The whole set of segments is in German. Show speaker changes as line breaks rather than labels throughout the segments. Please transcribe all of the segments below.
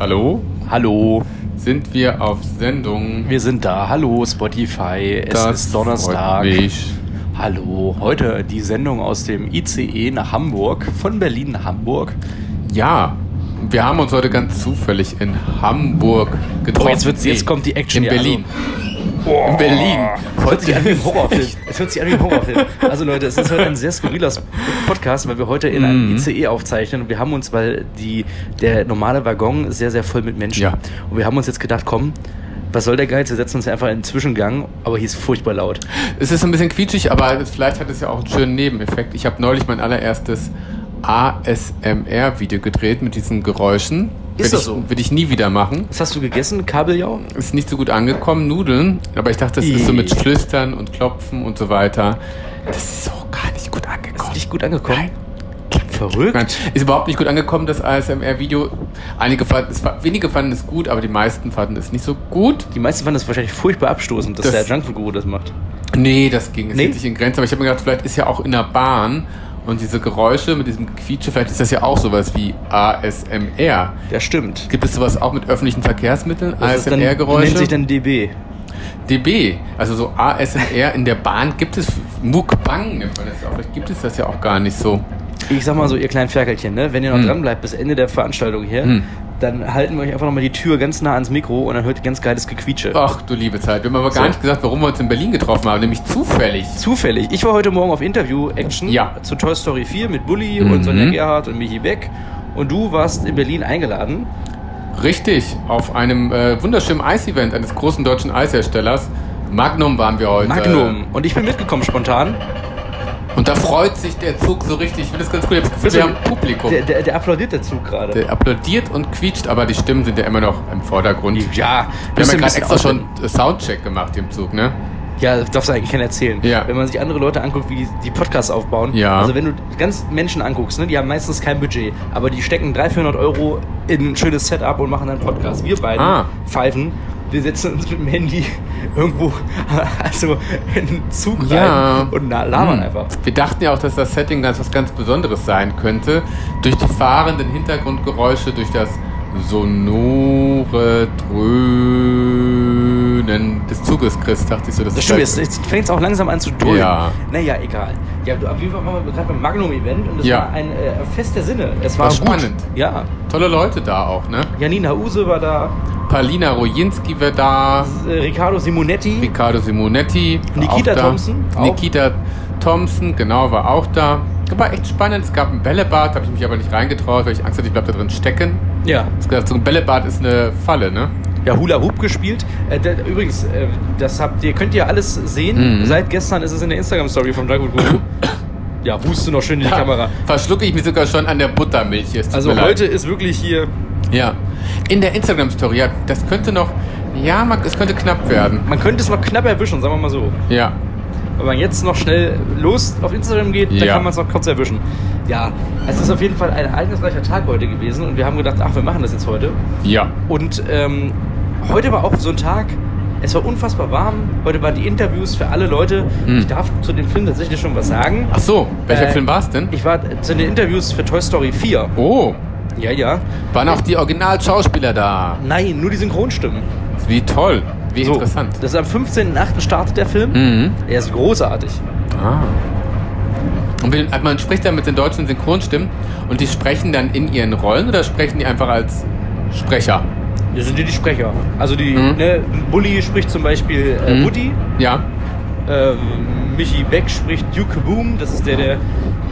Hallo?
Hallo,
Sind wir auf Sendung?
wir sind da. Hallo Spotify, es ist Donnerstag.
Freut mich.
Hallo, heute die Sendung aus dem ICE nach Hamburg, von Berlin nach Hamburg.
Ja, wir haben uns heute ganz zufällig in Hamburg getroffen.
Oh, jetzt wird's- jetzt kommt die Action
In
hier,
Berlin. in Berlin.
Es hört sich an wie ein Horrorfilm. Es hört sich an wie ein Horrorfilm. Also Leute, es ist heute ein sehr skurriler Sp- Podcast, weil wir heute in einem
Mhm.
ICE aufzeichnen und wir haben uns, weil die, der normale Waggon ist sehr, sehr voll mit Menschen.
Ja.
Und wir haben uns jetzt gedacht, komm, was soll der Geiz? Wir setzen uns einfach in den Zwischengang, aber hier ist furchtbar laut.
Es ist ein bisschen quietschig, aber vielleicht hat es ja auch einen schönen Nebeneffekt. Ich habe neulich mein allererstes ASMR-Video gedreht mit diesen Geräuschen.
Ist
Will
das
ich,
so?
Will ich nie wieder machen.
Was hast du gegessen? Kabeljau?
Ist nicht so gut angekommen, Nudeln. Aber ich dachte, das ist so mit Flüstern und Klopfen und so weiter. Das ist so gar nicht gut angekommen.
Nicht gut angekommen? Verrückt.
Nein, ist überhaupt nicht gut angekommen, das ASMR-Video. Einige fanden es, wenige fanden es gut, aber die meisten fanden es nicht so gut.
Die meisten fanden das wahrscheinlich furchtbar abstoßend, dass
Das-
der Junkfood-Guru das macht.
Nee, das ging. Es
Nee?
hielt sich in Grenzen. Aber ich habe mir gedacht, vielleicht ist ja auch in der Bahn und diese Geräusche mit diesem Quietsche, vielleicht ist das ja auch sowas wie ASMR.
Ja, stimmt.
Gibt es sowas auch mit öffentlichen Verkehrsmitteln?
Das ist dann- nennt sich
ASMR-Geräusche?
dann DB.
DB. Also so ASMR in der Bahn gibt es Mukbang. nennt man das ja auch. Vielleicht gibt es das ja auch gar nicht so.
Ich sag mal so, ihr kleinen Ferkelchen, ne? wenn ihr noch
Hm.
dran bleibt bis Ende der Veranstaltung hier,
Hm.
dann halten wir euch einfach nochmal die Tür ganz nah ans Mikro und dann hört ihr ganz geiles Gequietsche.
Ach du liebe Zeit. Wir haben aber gar
So.
nicht gesagt, warum wir uns in Berlin getroffen haben, nämlich zufällig.
Zufällig. Ich war heute Morgen auf Interview-Action
Ja.
zu Toy Story 4 mit Bulli
Mhm.
und Sonja Gerhardt und Michi Beck. Und du warst in Berlin eingeladen.
Richtig, auf einem äh, wunderschönen Eis-Event eines großen deutschen Eisherstellers. Magnum waren wir heute.
Magnum. Und ich bin mitgekommen spontan.
Und da freut sich der Zug so richtig. Ich finde das ganz cool. Ich habe das Gefühl, wir haben Publikum.
Der,
Der,
der, der applaudiert dazu gerade.
applaudiert und quietscht, aber die Stimmen sind ja immer noch im Vordergrund. Wir
Ja,
haben ja
müssen ein
gerade
bisschen
extra
ausblenden.
schon äh, Soundcheck gemacht im Zug, ne?
Ja, das darfst du eigentlich keiner erzählen.
Ja.
Wenn man sich andere Leute anguckt, wie die, die Podcasts aufbauen.
Ja.
Also wenn du ganz Menschen anguckst, ne, die haben meistens kein Budget, aber die stecken 300, 400 Euro in ein schönes Setup und machen dann einen Podcast. Wir beiden
Ah.
pfeifen, wir setzen uns mit dem Handy irgendwo, also in den Zug
Ja.
rein und na- labern
Hm.
einfach.
Wir dachten ja auch, dass das Setting ganz was ganz Besonderes sein könnte. Durch die fahrenden Hintergrundgeräusche, durch das sonore Dröhnen des Zuges, Chris, dachte ich so.
Das stimmt,
ist
jetzt, jetzt fängt es auch langsam an zu dröhnen.
Ja.
Naja, egal. Ja, du, auf jeden Fall waren wir gerade beim Magnum-Event und es
Ja.
war ein äh, Fest der Sinne. Es war,
War
gut.
spannend.
Ja.
Tolle Leute da auch, ne?
Janina Use war da,
Palina Rojinski war da,
äh, Riccardo Simonetti.
Riccardo Simonetti. war
Nikita
auch da.
Thompson, auch.
Nikita Thompson, genau, war auch da. War echt spannend. Es gab ein Bällebad, habe ich mich aber nicht reingetraut, weil ich Angst hatte, ich bleib da drin stecken.
Ja.
Ich hab gesagt, so ein Bällebad ist eine Falle, ne?
ja, Hula Hoop gespielt. Äh, da, übrigens, äh, das habt ihr, könnt ihr alles sehen.
Mhm.
Seit gestern ist es in der Instagram-Story von Dragon Guru. ja, huste noch schön in die Kamera.
Verschlucke ich mich sogar schon an der Buttermilch. Es tut
Also
mir leid.
heute ist wirklich hier.
Ja. In der Instagram-Story, ja, das könnte noch. Ja, man, es könnte knapp werden.
Man könnte es noch knapp erwischen, sagen wir mal so.
Ja.
Wenn man jetzt noch schnell los auf Instagram geht, dann
Ja.
kann man es noch kurz erwischen. Ja, es ist auf jeden Fall ein ereignisreicher Tag heute gewesen und wir haben gedacht, ach, wir machen das jetzt heute.
Ja.
Und ähm, heute war auch so ein Tag, es war unfassbar warm. Heute waren die Interviews für alle Leute.
Hm.
Ich darf zu dem Film tatsächlich schon was sagen.
Ach so, welcher
Äh,
Film war es denn?
Ich war zu den Interviews für Toy Story 4.
Oh,
Ja, ja.
waren auch die Originalschauspieler da.
Nein, nur die Synchronstimmen.
Wie toll, wie
So,
interessant.
Das ist am 15.08. startet der Film.
Mhm.
Er ist großartig.
Ah. Und wenn- man spricht dann mit den deutschen Synchronstimmen und die sprechen dann in ihren Rollen oder sprechen die einfach als Sprecher?
Das sind die, die Sprecher. Also die,
Mhm.
ne, Bulli spricht zum Beispiel äh,
Mhm.
Woody.
Ja.
Ähm, Michi Beck spricht Duke Boom. Das ist der, der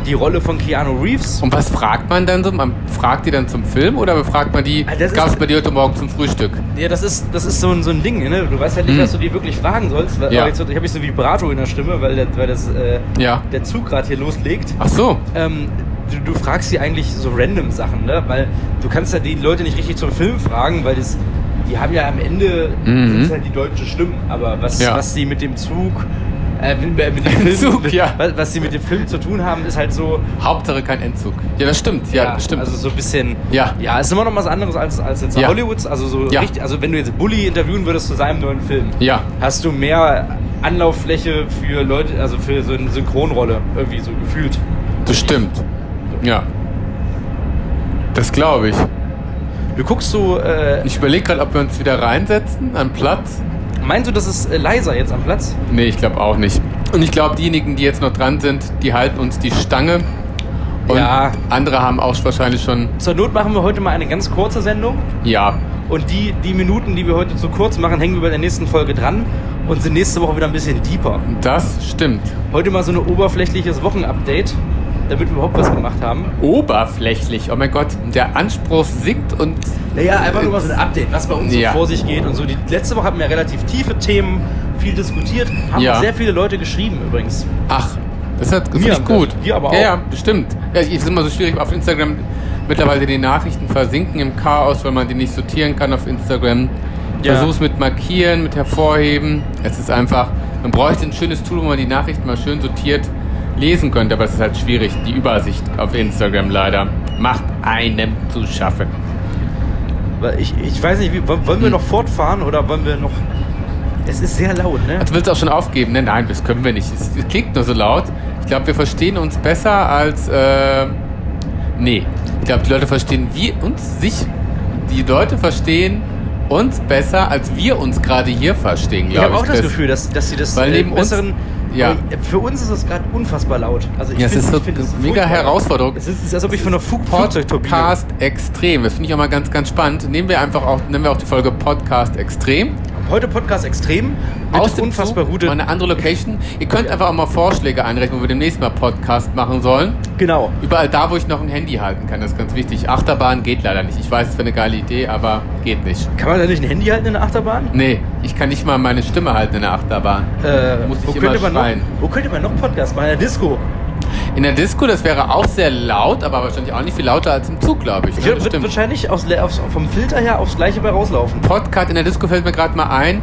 die Rolle von Keanu Reeves.
Und was fragt man dann so? Man fragt die dann zum Film oder befragt man die,
Ah, das ist-
gab es bei dir heute Morgen zum Frühstück?
Ja, das ist, das ist so, ein, so ein Ding, ne? Du weißt halt nicht,
Mhm.
was du dir wirklich fragen sollst. Weil,
Ja.
aber jetzt habe ich so Vibrato in der Stimme, weil, der- weil das, äh,
Ja.
der Zug gerade hier loslegt.
Ach so.
Ähm, du, du fragst sie eigentlich so random Sachen, ne? Weil du kannst ja die Leute nicht richtig zum Film fragen, weil das, die haben ja am Ende
Mhm.
sind's halt die deutschen Stimmen. Aber was,
Ja.
was sie mit dem Zug, äh, mit, mit dem Film,
Zug, ja.
was, was sie mit dem Film zu tun haben, ist halt so.
Hauptsache kein Entzug. Ja, das stimmt. Ja, das stimmt.
Also so ein bisschen.
Ja.
Ja, ist immer noch was anderes als, als jetzt
Ja.
Hollywoods. Also so
Ja.
richtig, also wenn du jetzt Bully interviewen würdest zu seinem neuen Film,
ja.
hast du mehr Anlauffläche für Leute, also für so eine Synchronrolle irgendwie so gefühlt.
Das stimmt. Ja. Das glaube ich.
Du guckst so, äh,
Ich überlege gerade, ob wir uns wieder reinsetzen an Platz.
meinst du, das ist äh, leiser jetzt am Platz?
Nee, ich glaube auch nicht. Und ich glaube, diejenigen, die jetzt noch dran sind, die halten uns die Stange. Und
Ja.
andere haben auch wahrscheinlich schon,
Zur Not machen wir heute mal eine ganz kurze Sendung.
ja,
Und die, die Minuten, die wir heute zu kurz machen, hängen wir bei der nächsten Folge dran und sind nächste Woche wieder ein bisschen deeper.
das stimmt.
Heute mal so ein oberflächliches Wochenupdate, damit wir überhaupt was gemacht haben.
Oberflächlich, oh mein Gott, der Anspruch sinkt und
Naja, einfach nur mal so ein Update, was bei uns
Ja.
so vor sich geht und so. Die letzte Woche hatten wir relativ tiefe Themen, viel diskutiert, haben
Ja.
auch sehr viele Leute geschrieben übrigens.
ach, das hat
Wir
finde ich
haben
gut.
das, wir aber
ja,
auch.
ja, bestimmt. Ja, ich- es ist immer so schwierig auf Instagram mittlerweile die Nachrichten versinken im Chaos, weil man die nicht sortieren kann auf Instagram.
Ja.
Versuch's mit markieren, mit hervorheben. Es ist einfach, man bräuchte ein schönes Tool, wo man die Nachrichten mal schön sortiert lesen könnte, aber es ist halt schwierig, die Übersicht auf Instagram leider macht einem zu schaffen.
Weil Ich, ich weiß nicht, wie, wollen wollen wir noch fortfahren oder wollen wir noch... Hm. Es ist sehr laut, ne?
Du willst auch schon aufgeben? Nein, nein, das können wir nicht. Es es klingt nur so laut. Ich glaube, wir verstehen uns besser als. Äh, nee. Ich glaube, die Leute verstehen wir uns sich. Die Leute verstehen uns besser, als wir uns gerade hier verstehen,
Ich
glaube
habe
ich.
auch das
Chris.
Gefühl, dass, dass sie das äh,
Weil neben uns-
besseren.
ja.
Aber Für uns ist es gerade unfassbar laut. Also ich
Ja, es
find-
ist so
ich find es
mega
furchtbar.
Herausforderung.
Es ist, es ist, als ob ich von einer Flug Flugzeugturbine.
Podcast Extrem. Das finde ich auch mal ganz, ganz spannend. Nehmen wir einfach auch, nehmen wir auch die Folge Podcast Extrem.
Heute Podcast extrem. Mit
Aus dem
unfassbar
Zug,
gute.
mal eine andere Location. Ihr könnt einfach auch mal Vorschläge einreichen, wo wir demnächst mal Podcast machen sollen.
Genau.
Überall da, wo ich noch ein Handy halten kann, das ist ganz wichtig. Achterbahn geht leider nicht. Ich weiß, es wäre eine geile Idee, aber geht nicht.
Kann man da nicht ein Handy halten in der Achterbahn?
Nee, ich kann nicht mal meine Stimme halten in der Achterbahn.
Äh,
Muss
wo,
ich immer
könnte man noch,
schreien.
wo könnte man noch Podcast machen? In der Disco.
In der Disco, das wäre auch sehr laut, aber wahrscheinlich auch nicht viel lauter als im Zug, glaube ich. Ne?
Ich glaub, wird
Bestimmt.
wahrscheinlich aufs, aufs, vom Filter her aufs gleiche bei rauslaufen.
Podcast in der Disco fällt mir gerade mal ein.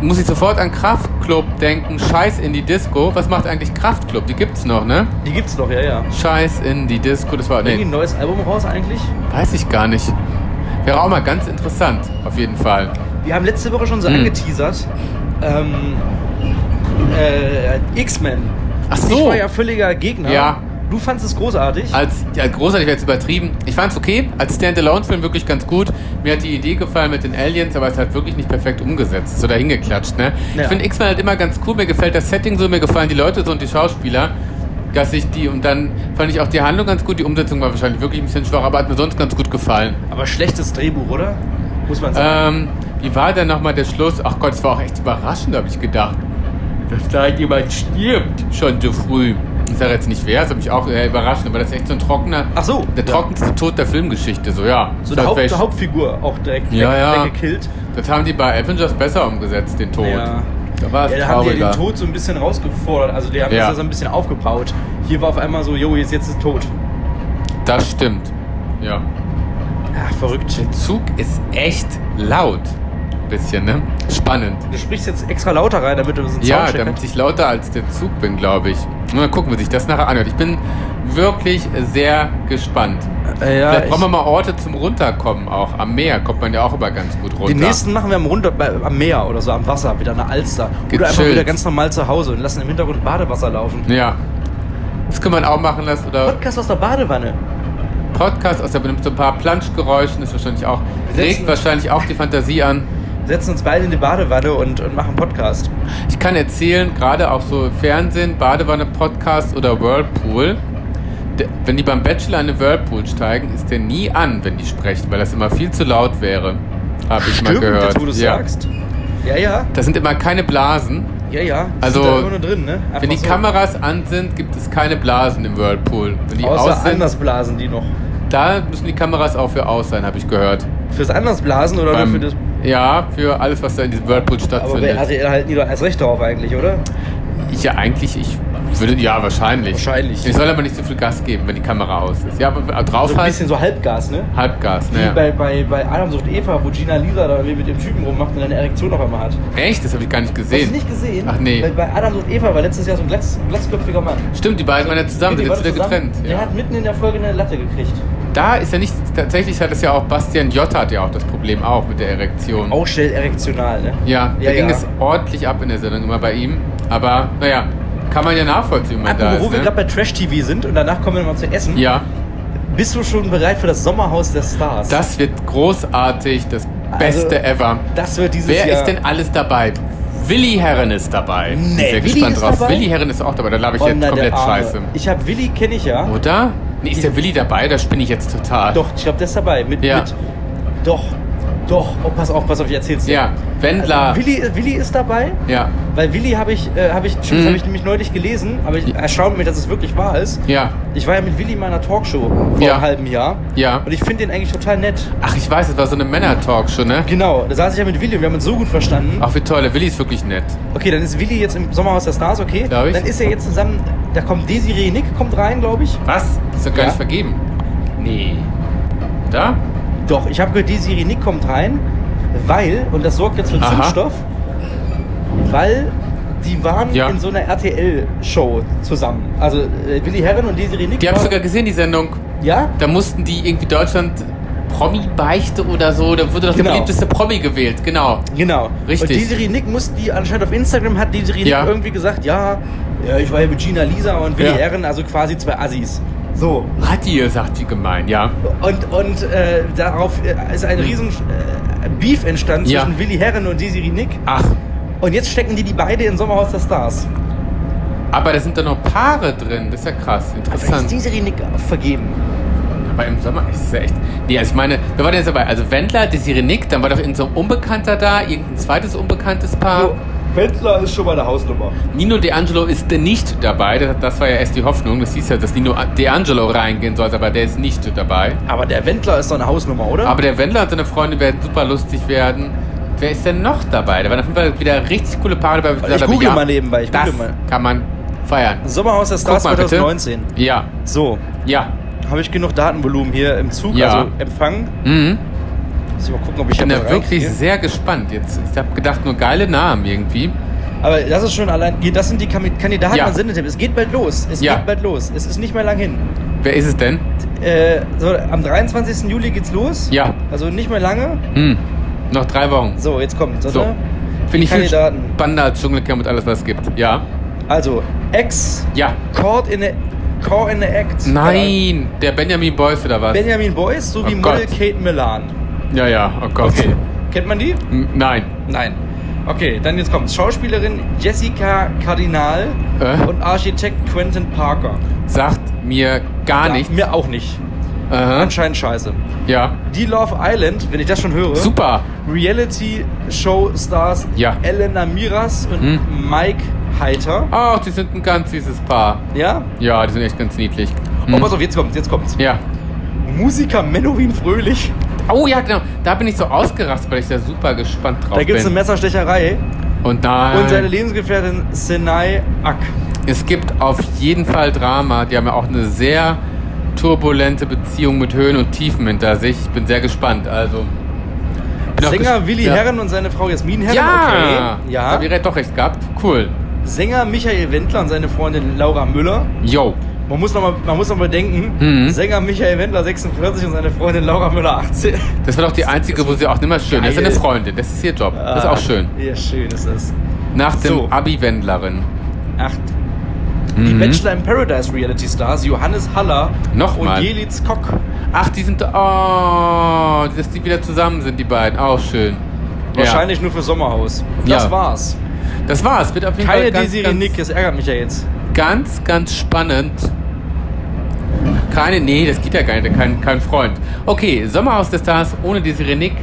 Muss ich sofort an Kraftclub denken. Scheiß in die Disco. Was macht eigentlich Kraftclub? Die gibt's noch, ne?
Die gibt's noch, ja, ja.
Scheiß in die Disco. Das war.
Irgendwie
Nee,
ein neues Album raus eigentlich.
weiß ich gar nicht. Wäre auch mal ganz interessant, auf jeden Fall.
Wir haben letzte Woche schon so
Hm.
angeteasert. Ähm, äh, X-Men.
Ach
Ich
so.
war ja völliger Gegner.
Ja.
Du fandst es großartig.
Als ja, großartig wäre jetzt übertrieben. Ich fand es okay. Als Standalone-Film wirklich ganz gut. Mir hat die Idee gefallen mit den Aliens, aber es hat wirklich nicht perfekt umgesetzt. So dahin geklatscht, ne?
Ja.
Ich finde X-Men halt immer ganz cool. Mir gefällt das Setting so, mir gefallen die Leute so und die Schauspieler. Dass ich die und dann fand ich auch die Handlung ganz gut. Die Umsetzung war wahrscheinlich wirklich ein bisschen schwach, aber hat mir sonst ganz gut gefallen.
Aber schlechtes Drehbuch, oder? Muss man
Ähm,
sagen.
wie war denn nochmal der Schluss? Ach Gott, es war auch echt überraschend, habe ich gedacht. Dass da jemand stirbt, schon so früh. Ich sage jetzt nicht wer, das hat mich auch äh, überrascht, aber das ist echt so ein trockener.
Ach so.
Äh, Der
Ja.
trockenste Tod der Filmgeschichte, so ja.
so eine Haupt,
Vielleicht-
eine Hauptfigur auch direkt
Ja,
weg,
ja.
weggekillt.
Das haben die bei Avengers besser umgesetzt, den Tod.
Ja.
Da war es
Ja, da haben die
trauriger.
ja den Tod so ein bisschen rausgefordert. Also die haben
Ja.
das ja so ein bisschen aufgebaut. Hier war auf einmal so, jo, jetzt, jetzt ist tot.
Das stimmt. Ja.
Ja, verrückt.
Der Zug ist echt laut. Bisschen, ne? Spannend.
Du sprichst jetzt extra lauter rein, damit du so einen
Ja,
Soundcheck
damit
hast.
ich lauter als der Zug bin, glaube ich. Mal gucken, wie sich das nachher anhört. Ich bin wirklich sehr gespannt.
Äh, ja,
Vielleicht
ich-
brauchen wir mal Orte zum Runterkommen auch. Am Meer kommt man ja auch immer ganz gut runter.
Den nächsten machen wir am, Runter, bei, am Meer oder so, am Wasser, wieder eine Alster. Oder einfach
Gechillt.
wieder ganz normal zu Hause und lassen im Hintergrund Badewasser laufen.
Ja. Das kann man auch machen lassen. Oder
Podcast aus der Badewanne.
Podcast aus der benimmt so ein paar Planschgeräuschen. Ist wahrscheinlich auch,
Wir setzen-
regt wahrscheinlich auch die Fantasie an.
Setzen uns beide in die Badewanne und, und machen Podcast.
Ich kann erzählen, gerade auch so Fernsehen, Badewanne, Podcast oder Whirlpool. d- Wenn die beim Bachelor in den Whirlpool steigen, ist der nie an, wenn die sprechen, weil das immer viel zu laut wäre. Habe ich mal gehört.
jetzt wo du es
ja.
sagst. Ja, ja,
Das sind immer keine Blasen.
ja, ja.
Also,
Sind da immer nur drin, ne? Einfach
wenn die
so.
Kameras an sind, gibt es keine Blasen im Whirlpool. Wenn die aus
Außer
sind,
Andersblasen die noch.
da müssen die Kameras auch für aus sein, habe ich gehört.
Fürs Andersblasen oder
Beim-
nur für das.
ja, für alles, was da in diesem Whirlpool
Aber also, bei
stattfindet.
RTL halten die doch halt erst recht drauf eigentlich, oder?
Ich ja eigentlich, ich würde, ja, wahrscheinlich.
Wahrscheinlich.
Ich soll aber nicht so viel Gas geben, wenn die Kamera aus ist. Ja, aber äh, drauf halt
So ein bisschen so Halbgas, ne?
Halbgas,
Wie
ne?
bei, bei, bei Adam sucht Eva, wo Gina Lisa da irgendwie mit dem Typen rummacht und eine Erektion auf einmal hat. Hast
Echt? Das habe ich gar nicht
du
gesehen.
nicht gesehen?
Ach nee.
Bei, bei Adam sucht Eva war letztes Jahr so ein glatz, glatzköpfiger Mann.
Stimmt, die beiden waren ja zusammen,
Nee,
sind
die
jetzt wieder
waren zusammen.
getrennt.
Der
Ja.
hat mitten in der Folge eine Latte gekriegt.
Da ist ja nicht, tatsächlich hat es ja auch Bastian J. hat ja auch das Problem auch mit der Erektion.
Auch schnell erektional, ne?
Ja, da
Ja,
ging
ja.
es ordentlich ab in der Sendung immer bei ihm. Aber naja, kann man ja nachvollziehen, wenn man da
Apropos, wo
ist.
wir gerade
Ne?
bei Trash-TV sind und danach kommen wir mal zu Essen.
Ja,
Bist du schon bereit für das Sommerhaus der Stars?
Das wird großartig, das
Also,
Beste ever.
das wird dieses
Wer
Jahr.
ist denn alles dabei? Willi Herren ist dabei.
Nee,
Bin sehr
Willi
gespannt
ist
drauf.
dabei?
Willi Herren ist auch dabei, da labe ich
Oh,
jetzt
na, der
komplett
Arme.
scheiße. Oh.
Ich habe Willi, kenne ich ja.
Oder? Nee, ist der Willi dabei? Da spinne ich jetzt total.
Doch, ich glaube, der ist dabei. Mit,
Ja.
mit, doch, doch. Oh, pass auf, pass auf, ich erzähl's dir.
Ja, Wendler.
Also, Willi, Willi ist dabei.
ja,
Weil Willi habe ich, äh, habe ich, stimmt,
Mhm.
das habe ich nämlich neulich gelesen, aber ich erstaunt mich, dass es wirklich wahr ist.
ja,
Ich war ja mit Willi in meiner Talkshow vor
Ja.
einem halben Jahr.
ja.
Und ich finde den eigentlich total nett.
Ach, ich weiß, es war so eine Männer-Talkshow, ne?
Genau, da saß ich ja mit Willi und wir haben uns so gut verstanden.
Ach, wie toll, der Willi ist wirklich nett.
Okay, dann ist Willi jetzt im Sommerhaus der Stars, okay.
Glaub ich.
Dann ist er jetzt zusammen, da kommt Desiree Nick, kommt rein, glaube ich.
Was? Ist doch gar
Ja.
nicht vergeben. Nee. Oder?
Doch, ich habe gehört, Desiree Nick kommt rein, weil, und das sorgt jetzt für
Aha.
Zündstoff, weil die waren
Ja.
in so einer RTL-Show zusammen. Also äh, Willi Herren und Desiree Nick.
Die habe ich
waren-
sogar gesehen, die Sendung.
ja?
Da mussten die irgendwie Deutschland Promi-Beichte oder so. Da wurde doch
Genau.
der beliebteste Promi gewählt, genau.
Genau.
Richtig.
Und Desiree Nick muss die anscheinend auf Instagram hat Desiree
Ja.
Nick irgendwie gesagt, ja, ja, ich war ja mit Gina Lisa und Willi
Ja.
Herren, also quasi zwei Assis. So.
Hat die gesagt, die gemein, ja.
Und, und äh, darauf äh, ist ein riesen äh, Beef entstanden
Hm. Ja.
zwischen Willi Herren und Desiree Nick.
Ach,
Und jetzt stecken die die beide in Sommerhaus der Stars.
aber da sind doch noch Paare drin. Das ist ja krass.
Aber ist
Interessant.
Desiree Nick vergeben?
Aber im Sommer ist es ja echt. Nee, also ich meine, wer war denn jetzt dabei? Also Wendler, Desiree Nick, dann war doch irgendein so ein Unbekannter da, irgendein zweites unbekanntes Paar.
Wendler ist schon mal eine Hausnummer.
Nino D'Angelo ist nicht dabei. Das, das war ja erst die Hoffnung. Das hieß ja, dass Nino D'Angelo reingehen sollte, aber der ist nicht dabei.
Aber der Wendler ist doch eine Hausnummer, oder?
Aber der Wendler und seine Freunde werden super lustig werden. Wer ist denn noch dabei? Da waren auf jeden Fall wieder richtig coole Paare dabei. wo
Ich
gesagt habe,
google mal nebenbei, ich
das
google mal.
kann man feiern.
Sommerhaus der
Guck
Stars
mal bitte.
2019.
Ja,
So,
ja.
habe ich genug Datenvolumen hier im Zug,
Ja.
also Empfang.
Mhm.
Muss ich mal gucken, ob ich
Ich bin
hier
da
mal
wirklich
reingehe.
sehr gespannt jetzt. Ich habe gedacht, nur geile Namen irgendwie.
Aber das ist schon allein. Das sind die Kam- Kandidaten
Ja.
an Sendetipp. Es geht bald los. Es
Ja.
geht bald los. Es ist nicht mehr lang hin.
Wer ist es denn?
Äh, so, am 23. Juli geht's los.
Ja.
Also nicht mehr lange.
Hm. Noch drei Wochen.
So, ne? jetzt kommt's,
So.
oder?
Finde ich viel
Kandidaten.
spannender als Dschungelcamp und alles, was es gibt. Ja.
Also, Ex,
Ja.
Caught in a, Caught in the Act. Äh,
Nein, der Benjamin Boyce oder was?
Benjamin Boyce sowie
Oh
Model
Gott.
Kate Milan.
ja, ja, oh Gott.
Okay. Kennt man die?
N- Nein.
Nein. Okay, dann jetzt kommt's. Schauspielerin Jessica Cardinal
Äh?
und Architekt Quentin Parker.
Sagt mir gar
Ja,
Ah, nichts.
Mir auch nicht.
Aha.
Anscheinend scheiße.
Ja.
Die Love Island, wenn ich das schon höre.
Super.
Reality Show Stars
Ja.
Elena Miras und
Hm.
Mike Heiter.
Ach, die sind ein ganz süßes Paar.
Ja?
Ja, die sind echt ganz niedlich. Hm.
Oh, pass auf, jetzt kommt's, jetzt kommt's.
Ja.
Musiker Menowin Fröhlich.
Oh ja, genau. Da bin ich so ausgerastet, weil ich da super gespannt drauf
Da gibt's eine
bin.
Messerstecherei.
Und nein.
Und seine Lebensgefährtin Senai Ak.
Es gibt auf jeden Fall Drama. Die haben ja auch eine sehr turbulente Beziehung mit Höhen und Tiefen hinter sich. Ich bin sehr gespannt. Also. bin auch
Sänger
ges-
Willi
ja.
Herren und seine Frau Jasmin Herren.
Ja,
Okay.
ja. Da
ja.
wäre doch recht gehabt. Cool.
Sänger Michael Wendler und seine Freundin Laura Müller.
Yo.
Man muss nochmal noch mal- man muss noch mal bedenken,
Mhm.
Sänger Michael Wendler 46 und seine Freundin Laura Müller 18.
Das war doch die einzige, wo sie auch nimmer schön. Das ist
Geil.
eine Freundin. Das ist ihr Job. Das ist auch schön.
Ja, schön ist das.
Nach dem
So.
Abi-Wendlerin.
Acht. Die
Mhm.
Bachelor in Paradise Reality Stars Johannes Haller
Nochmal.
und Jelitz Kock.
Ach, die sind. Oh, dass die wieder zusammen sind, die beiden. Auch schön.
Wahrscheinlich nur für Sommerhaus. Das
Ja.
war's.
Ja. Das war's. Wird auf jeden
Keine
Fall ganz,
Desiree
ganz,
Nick, das ärgert mich ja jetzt.
ganz, ganz spannend. Keine, nee, das geht ja gar nicht, kein, kein Freund. Okay, Sommerhaus des Stars ohne Desiree Nick.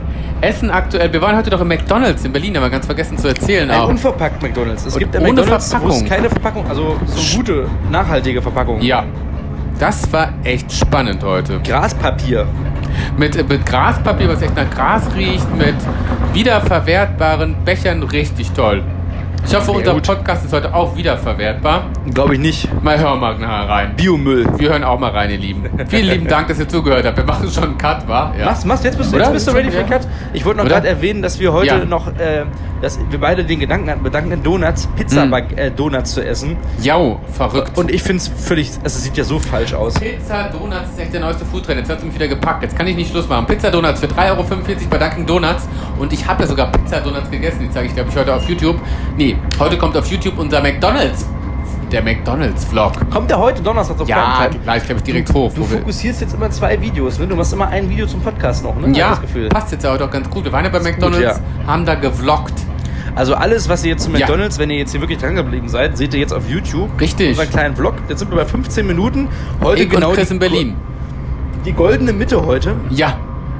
Essen aktuell, wir waren heute doch im McDonalds in Berlin, haben wir ganz vergessen zu erzählen
Ein
auch.
unverpackt McDonalds. Es
Und
gibt ein
ohne
McDonalds, wo es
Verpackung.
keine Verpackung, also so gute, nachhaltige Verpackung.
Ja, das war echt spannend heute.
Graspapier.
Mit, äh, mit Graspapier, was echt nach Gras riecht, mit wiederverwertbaren Bechern, richtig toll. Ich hoffe,
Sehr
unser
gut.
Podcast ist heute auch wiederverwertbar.
Glaube ich nicht.
Mal hören mal nachher rein.
Biomüll.
Wir hören auch mal rein, ihr Lieben. Vielen lieben Dank, dass ihr zugehört habt. Wir machen schon einen Cut, wa? Ja.
Mach's, mach's, jetzt bist du,
Oder?
jetzt bist du ready for
Ja.
Cut. Ich wollte noch
Oder?
gerade erwähnen, dass wir heute
Ja.
noch, äh, dass wir beide den Gedanken hatten, bedanken Donuts, Pizza
Mm.
Bag- äh, Donuts zu essen.
Jau, verrückt.
Und ich find's völlig, also es sieht ja so falsch aus.
Pizza Donuts ist echt der neueste Foodtrend. Jetzt hat es mich wieder gepackt. Jetzt kann ich nicht Schluss machen. Pizza Donuts für 3,45 Euro bei Dunkin' Donuts. Und ich habe ja sogar Pizza Donuts gegessen. Die zeige ich, glaube ich, heute auf YouTube. Nee, heute kommt auf YouTube unser McDonalds der McDonalds-Vlog.
Kommt der heute Donnerstag auf
Ja,
Primetime?
gleich glaube ich direkt hoch.
Du
wo wir-
fokussierst jetzt immer zwei Videos, ne? Du machst immer ein Video zum Podcast noch, ne? Hab ich
ja,
Das Gefühl.
passt jetzt aber doch ganz gut. Wir waren ja bei
gut,
McDonalds, haben da gevloggt.
Also alles, was ihr jetzt zu
Ja.
McDonalds, wenn ihr jetzt hier wirklich dran geblieben seid, seht ihr jetzt auf YouTube.
Richtig.
Unseren kleinen Vlog. Jetzt sind wir bei 15 Minuten. Heute
ich
genau
und Chris
die,
in Berlin.
die goldene Mitte heute.
Ja.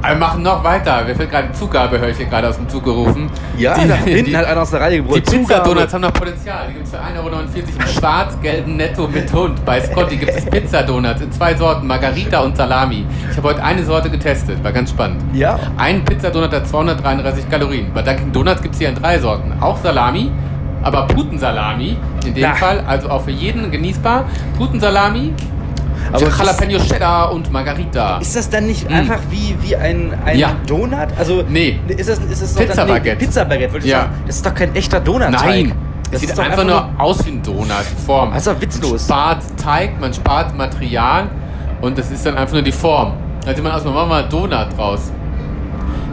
Aber wir machen noch weiter. Wir fällt gerade Zugabe, höre ich hier gerade aus dem Zug gerufen.
Ja,
die,
da hinten
die,
hat einer aus der
die
Reihe gebrüllt.
Pizza-Donuts haben noch Potenzial. Die gibt es für 1,49 Euro im schwarz-gelben Netto mit Hund. Bei Scotty gibt es Pizza-Donuts in zwei Sorten, Margarita und Salami. Ich habe heute eine Sorte getestet, war ganz spannend.
Ja.
Ein Pizzadonut hat 233 Kalorien. Bei Dunkin' Donuts gibt es hier in drei Sorten. Auch Salami, aber Putensalami in dem
Na.
Fall. Also auch für jeden genießbar. Putensalami,
Aber es
Jalapeno Cheddar und Margarita.
Ist das dann nicht
Mm.
einfach wie, wie ein, ein
Ja.
Donut? Also
Nee.
Ist das, ist das doch
Pizzabaguette.
Dann, nee, Pizzabaguette, würde ich
Ja.
sagen. Das ist doch kein echter Donut.
Nein,
das
es sieht
ist doch
einfach, nur aus wie ein Donut. die Form.
Das ist doch witzlos.
Man spart Teig, man spart Material und das ist dann einfach nur die Form. Also man aus, man macht mal einen Donut draus.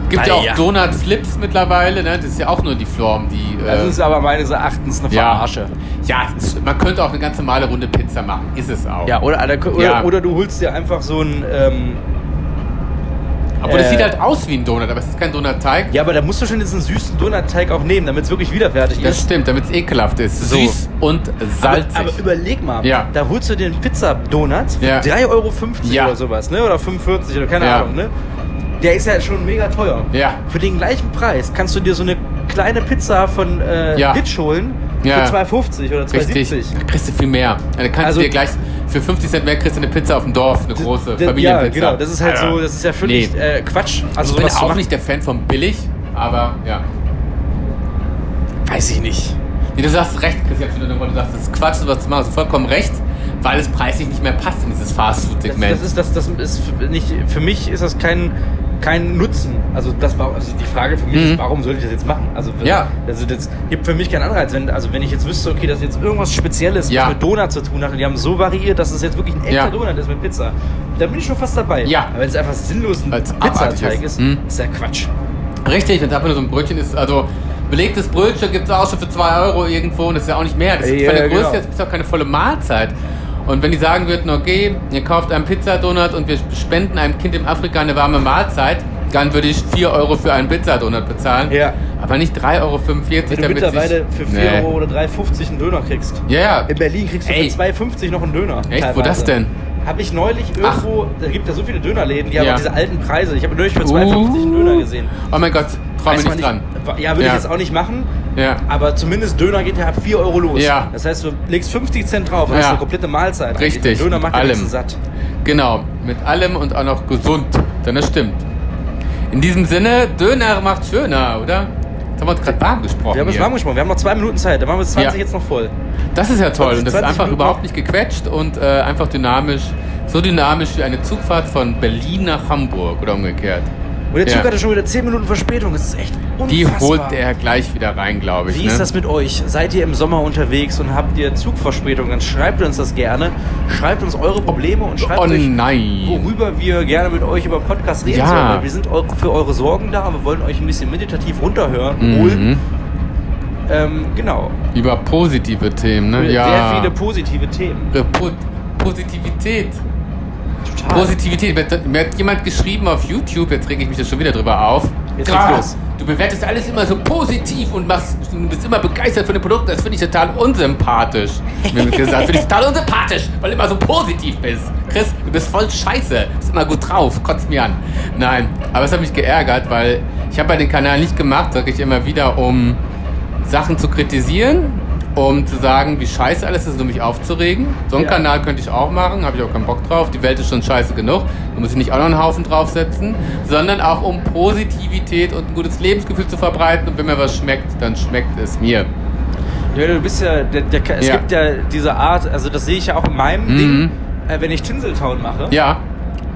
Gibt ja
Na
auch
ja.
Donut-Flips mittlerweile, ne? Das ist ja auch nur die Form, die.
Das
äh,
ist aber meines Erachtens eine
ja,
Verarsche.
ja es ist, man könnte auch eine ganz normale runde Pizza machen. Ist es auch.
Ja, oder, oder, oder,
Ja.
oder du holst dir einfach so ein. Ähm,
Obwohl, es
äh,
sieht halt aus wie ein Donut, aber es ist kein Donut-Teig.
ja, aber da musst du schon diesen süßen Donutteig auch nehmen, damit es wirklich widerwärtig
Das
ist.
stimmt, damit es ekelhaft ist.
So.
Süß und salzig.
Aber, aber überleg mal,
Ja.
da holst du den Pizza-Donut für
Ja.
3,50 Euro
Ja.
oder sowas, ne? Oder 45 oder keine
Ja.
Ahnung, ne? Der ist ja schon mega teuer.
Ja.
Für den gleichen Preis kannst du dir so eine kleine Pizza von äh,
Ja.
Ditch holen
Ja.
für 2,50 oder 2,70.
Richtig. Da kriegst du viel mehr. Da kannst
Also-
du dir gleich für 50 Cent mehr kriegst du eine Pizza auf dem Dorf, eine große
D- d-
Familienpizza.
Ja, genau. Das ist halt
Ja.
so, das ist ja völlig
Nee.
äh, Quatsch. Also
ich bin
sowas zu
auch
machen,
nicht der Fan von billig, aber ja.
weiß ich nicht.
Nee, du sagst recht, Chris, ich hab schon eine Rolle. Du sagst, das ist Quatsch, sowas zu machen, hast du vollkommen recht, weil es preislich nicht mehr passt in dieses
Das,
Fast-Food-Segment.
das ist, das, das ist für- nicht, für mich ist das kein, kein Nutzen. Also, das war, also die Frage für mich
Mhm.
ist, warum soll ich das jetzt machen? Also, für-
Ja.
also das gibt für mich keinen Anreiz. Wenn, also, wenn ich jetzt wüsste, okay, das ist jetzt irgendwas Spezielles,
Ja.
was mit Donut zu tun hat, und die haben so variiert, dass es jetzt wirklich ein echter
Ja.
Donut ist mit Pizza, dann bin ich schon fast dabei.
Ja.
Aber wenn es einfach sinnlos ein
Weil's abartig
Pizzateig
ist.
ist,
Mhm.
ist ja Quatsch.
Richtig, wenn es einfach nur so ein Brötchen ist, also belegtes Brötchen gibt es auch schon für 2 Euro irgendwo und das ist ja auch nicht mehr. Das ist
Ja,
von der Größe
genau.
jetzt ist auch keine volle Mahlzeit. Und wenn die sagen würden, okay, ihr kauft einen Pizzadonut und wir spenden einem Kind in Afrika eine warme Mahlzeit, dann würde ich 4 Euro für einen Pizzadonut bezahlen.
Ja.
Aber nicht 3,45 Euro,
Wenn du
damit
mittlerweile
sich-
für 4
Nee.
Euro oder 3,50 einen Döner kriegst.
Ja, ja.
In Berlin kriegst du
Ey.
für 2,50 noch einen Döner.
Echt? Wo das denn?
Habe ich neulich irgendwo, da gibt ja so viele Dönerläden, die
Ja.
haben diese alten Preise. Ich habe neulich für 2,50 einen Döner gesehen.
Oh mein Gott, trau mich
Weiß man
nicht dran.
Ja, würde
Ja.
ich jetzt auch nicht machen.
Ja.
Aber zumindest Döner geht ja ab 4 Euro los.
Ja.
Das heißt, du legst 50 Cent drauf und
Ja.
hast eine komplette Mahlzeit.
Richtig,
Der Döner
mit
macht ja
allem.
allem. satt.
Genau, mit allem und auch noch gesund. Denn das stimmt. In diesem Sinne, Döner macht schöner, oder? Jetzt haben wir uns gerade warm gesprochen.
Wir haben uns
hier.
warm gesprochen. Wir haben noch zwei Minuten Zeit. Da machen wir 20
Ja.
jetzt noch voll.
Das ist ja toll.
20,
Und das ist
20
einfach
Minuten
überhaupt
noch.
nicht gequetscht und äh, einfach dynamisch. So dynamisch wie eine Zugfahrt von Berlin nach Hamburg oder umgekehrt.
Und der Zug
Ja.
hatte schon wieder 10 Minuten Verspätung. Das ist echt unfassbar.
Die holt er gleich wieder rein, glaube ich.
Wie
ne?
ist das mit euch? Seid ihr im Sommer unterwegs und habt ihr Zugverspätung? Dann schreibt uns das gerne. Schreibt uns eure Probleme und schreibt
Oh
euch,
nein.
worüber wir gerne mit euch über Podcast reden
Ja.
sollen. Weil Wir sind eu- für eure Sorgen da und wir wollen euch ein bisschen meditativ runterhören, holen.
Mhm.
Ähm, genau.
Über positive Themen, ne? ja.
Sehr viele positive Themen.
Po Positivität.
Total.
Positivität. Mir- Mir hat jemand geschrieben auf YouTube, jetzt reg ich mich da schon wieder drüber auf.
Jetzt geht's
Krass,
los.
Du bewertest alles immer so positiv und machst, du bist immer begeistert von den Produkten. Das finde ich total unsympathisch. Mir wird gesagt, finde ich total unsympathisch, weil du immer so positiv bist. Chris, du bist voll scheiße. Bist immer gut drauf, kotzt mir an. Nein, aber es hat mich geärgert, weil ich habe ja den Kanal nicht gemacht, sage ich immer wieder, um Sachen zu kritisieren, um zu sagen, wie scheiße alles ist, um mich aufzuregen. So einen
Ja.
Kanal könnte ich auch machen, habe ich auch keinen Bock drauf. Die Welt ist schon scheiße genug, da muss ich nicht auch noch einen Haufen draufsetzen, sondern auch um Positivität und ein gutes Lebensgefühl zu verbreiten. Und wenn mir was schmeckt, dann schmeckt es mir.
Ja, du bist ja, der, der, es
Ja.
gibt ja diese Art, also das sehe ich ja auch in meinem
Mhm.
Ding, äh, wenn ich Tinseltown mache.
Ja,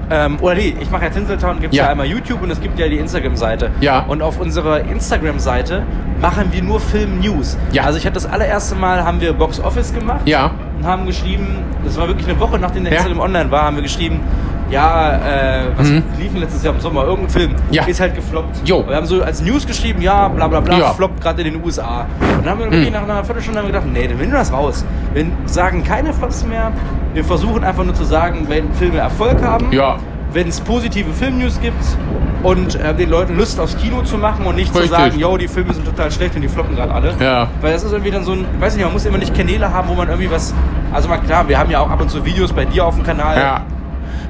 Ähm, oder nee, ich mache ja Tinseltown, gibt es
Ja.
ja. einmal YouTube und es gibt ja die Instagram-Seite.
Ja.
Und auf unserer Instagram-Seite machen wir nur Film-News.
Ja.
Also ich hatte das allererste Mal, haben wir Box Office gemacht
ja,
und haben geschrieben, das war wirklich eine Woche nachdem der
Ja.
Instagram online war, haben wir geschrieben, ja, äh, was
Mhm.
lief denn letztes Jahr im Sommer? Irgendein Film.
Ja.
Ist halt gefloppt.
Jo.
Und Wir haben so als News geschrieben, ja, bla bla bla,
Ja.
floppt gerade in den USA. Und dann haben wir wirklich
Mhm.
nach einer Viertelstunde haben wir gedacht, nee, dann nehmen wir das raus. Wir sagen keine Flops mehr. Wir versuchen einfach nur zu sagen, wenn Filme Erfolg haben,
Ja.
wenn es positive Filmnews gibt und äh, den Leuten Lust aufs Kino zu machen und nicht zu
Richtig.
sagen, yo, die Filme sind total schlecht und die floppen gerade alle.
Ja.
Weil das ist irgendwie dann so ein, weiß nicht, man muss immer nicht Kanäle haben, wo man irgendwie was. Also mal klar, wir haben ja auch ab und zu Videos bei dir auf dem Kanal.
Ja.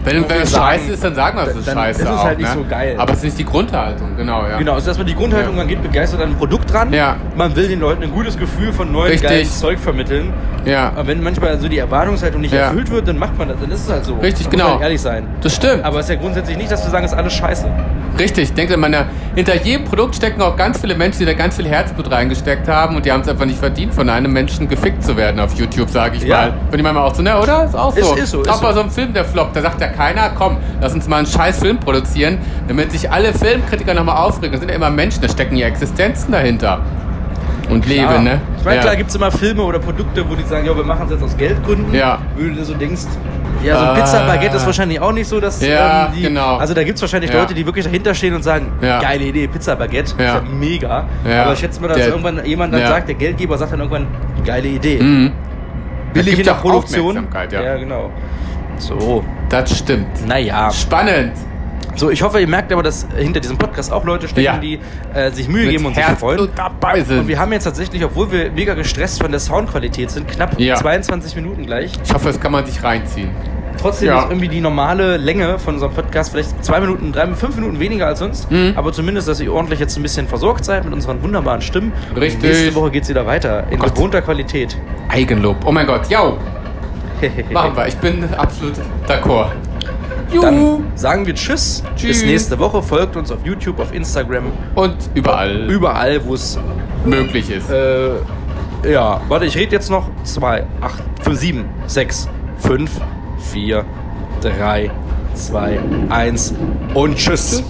Wenn,
Wo
wenn
wir
es
sagen,
scheiße ist, dann sagen wir, es ist
dann
scheiße.
ist es
auch,
halt nicht
ne?
so geil.
Aber es ist nicht die Grundhaltung, genau, ja.
Genau, also dass man die Grundhaltung
Ja.
angeht, begeistert an ein Produkt dran.
Ja.
Man will den Leuten ein gutes Gefühl von neuem
Richtig.
geilen Zeug vermitteln.
Ja.
Aber wenn manchmal so die Erwartungshaltung nicht
Ja.
erfüllt wird, dann macht man das, dann ist es halt so.
Richtig,
man
genau.
Muss halt ehrlich sein.
Das stimmt.
Aber es ist ja grundsätzlich nicht, dass wir sagen, es ist alles scheiße.
Richtig, ich denke man, ja, hinter jedem Produkt stecken auch ganz viele Menschen, die da ganz viel Herzblut reingesteckt haben und die haben es einfach nicht verdient, von einem Menschen gefickt zu werden auf YouTube, sage ich
Ja.
mal. Bin ich manchmal auch so, ne, oder? Ist auch
Ist-
so.
ist so, ist
auch bei
so.
so einem Film, der floppt, da sagt ja keiner, komm, lass uns mal einen scheiß Film produzieren, damit sich alle Filmkritiker nochmal aufregen. Das sind ja immer Menschen, da stecken ja Existenzen dahinter. Und Leben,
Ja.
ne?
Ich meine,
ja.
klar gibt es immer Filme oder Produkte, wo die sagen, ja, wir machen es jetzt aus Geldgründen.
Ja.
Wo du dir so denkst, ja, so ein
Ah.
Pizza-Baguette ist wahrscheinlich auch nicht so, dass...
Ja,
die,
genau.
Also da gibt es wahrscheinlich
Ja.
Leute, die wirklich dahinter stehen und sagen,
Ja.
geile Idee, Pizza-Baguette,
Ja.
ist ja mega.
Ja.
Aber ich schätze mal, dass
Der-
irgendwann jemand dann
Ja.
sagt, der Geldgeber sagt dann irgendwann, geile Idee.
Mhm.
Billig in
gibt
der
auch
Produktion.
Aufmerksamkeit, ja.
genau. So,
Das stimmt.
naja.
Spannend.
So, ich hoffe, ihr merkt aber, dass hinter diesem Podcast auch Leute stecken,
Ja.
die äh, sich Mühe geben und sich freuen.
Herzblut dabei sind.
Und wir haben jetzt tatsächlich, obwohl wir mega gestresst von der Soundqualität sind, knapp
Ja.
22 Minuten gleich.
ich hoffe, das kann man sich reinziehen.
Trotzdem
Ja.
ist irgendwie die normale Länge von unserem Podcast vielleicht zwei Minuten, drei, fünf Minuten weniger als sonst.
Mhm.
Aber zumindest, dass ihr ordentlich jetzt ein bisschen versorgt seid mit unseren wunderbaren Stimmen. Und
Richtig.
Nächste Woche geht's wieder weiter in
Gott.
gewohnter Qualität.
Eigenlob. Oh mein Gott, yo, machen wir. Ich bin absolut d'accord. Juhu.
Dann sagen wir Tschüss.
Tschüss.
Bis nächste Woche. Folgt uns auf YouTube, auf Instagram,
Und überall
überall, wo es.
möglich ist.
Äh, ja, warte, ich rede jetzt noch. Zwei, acht, fünf, sieben, sechs, fünf, vier, drei, zwei, eins und Tschüss.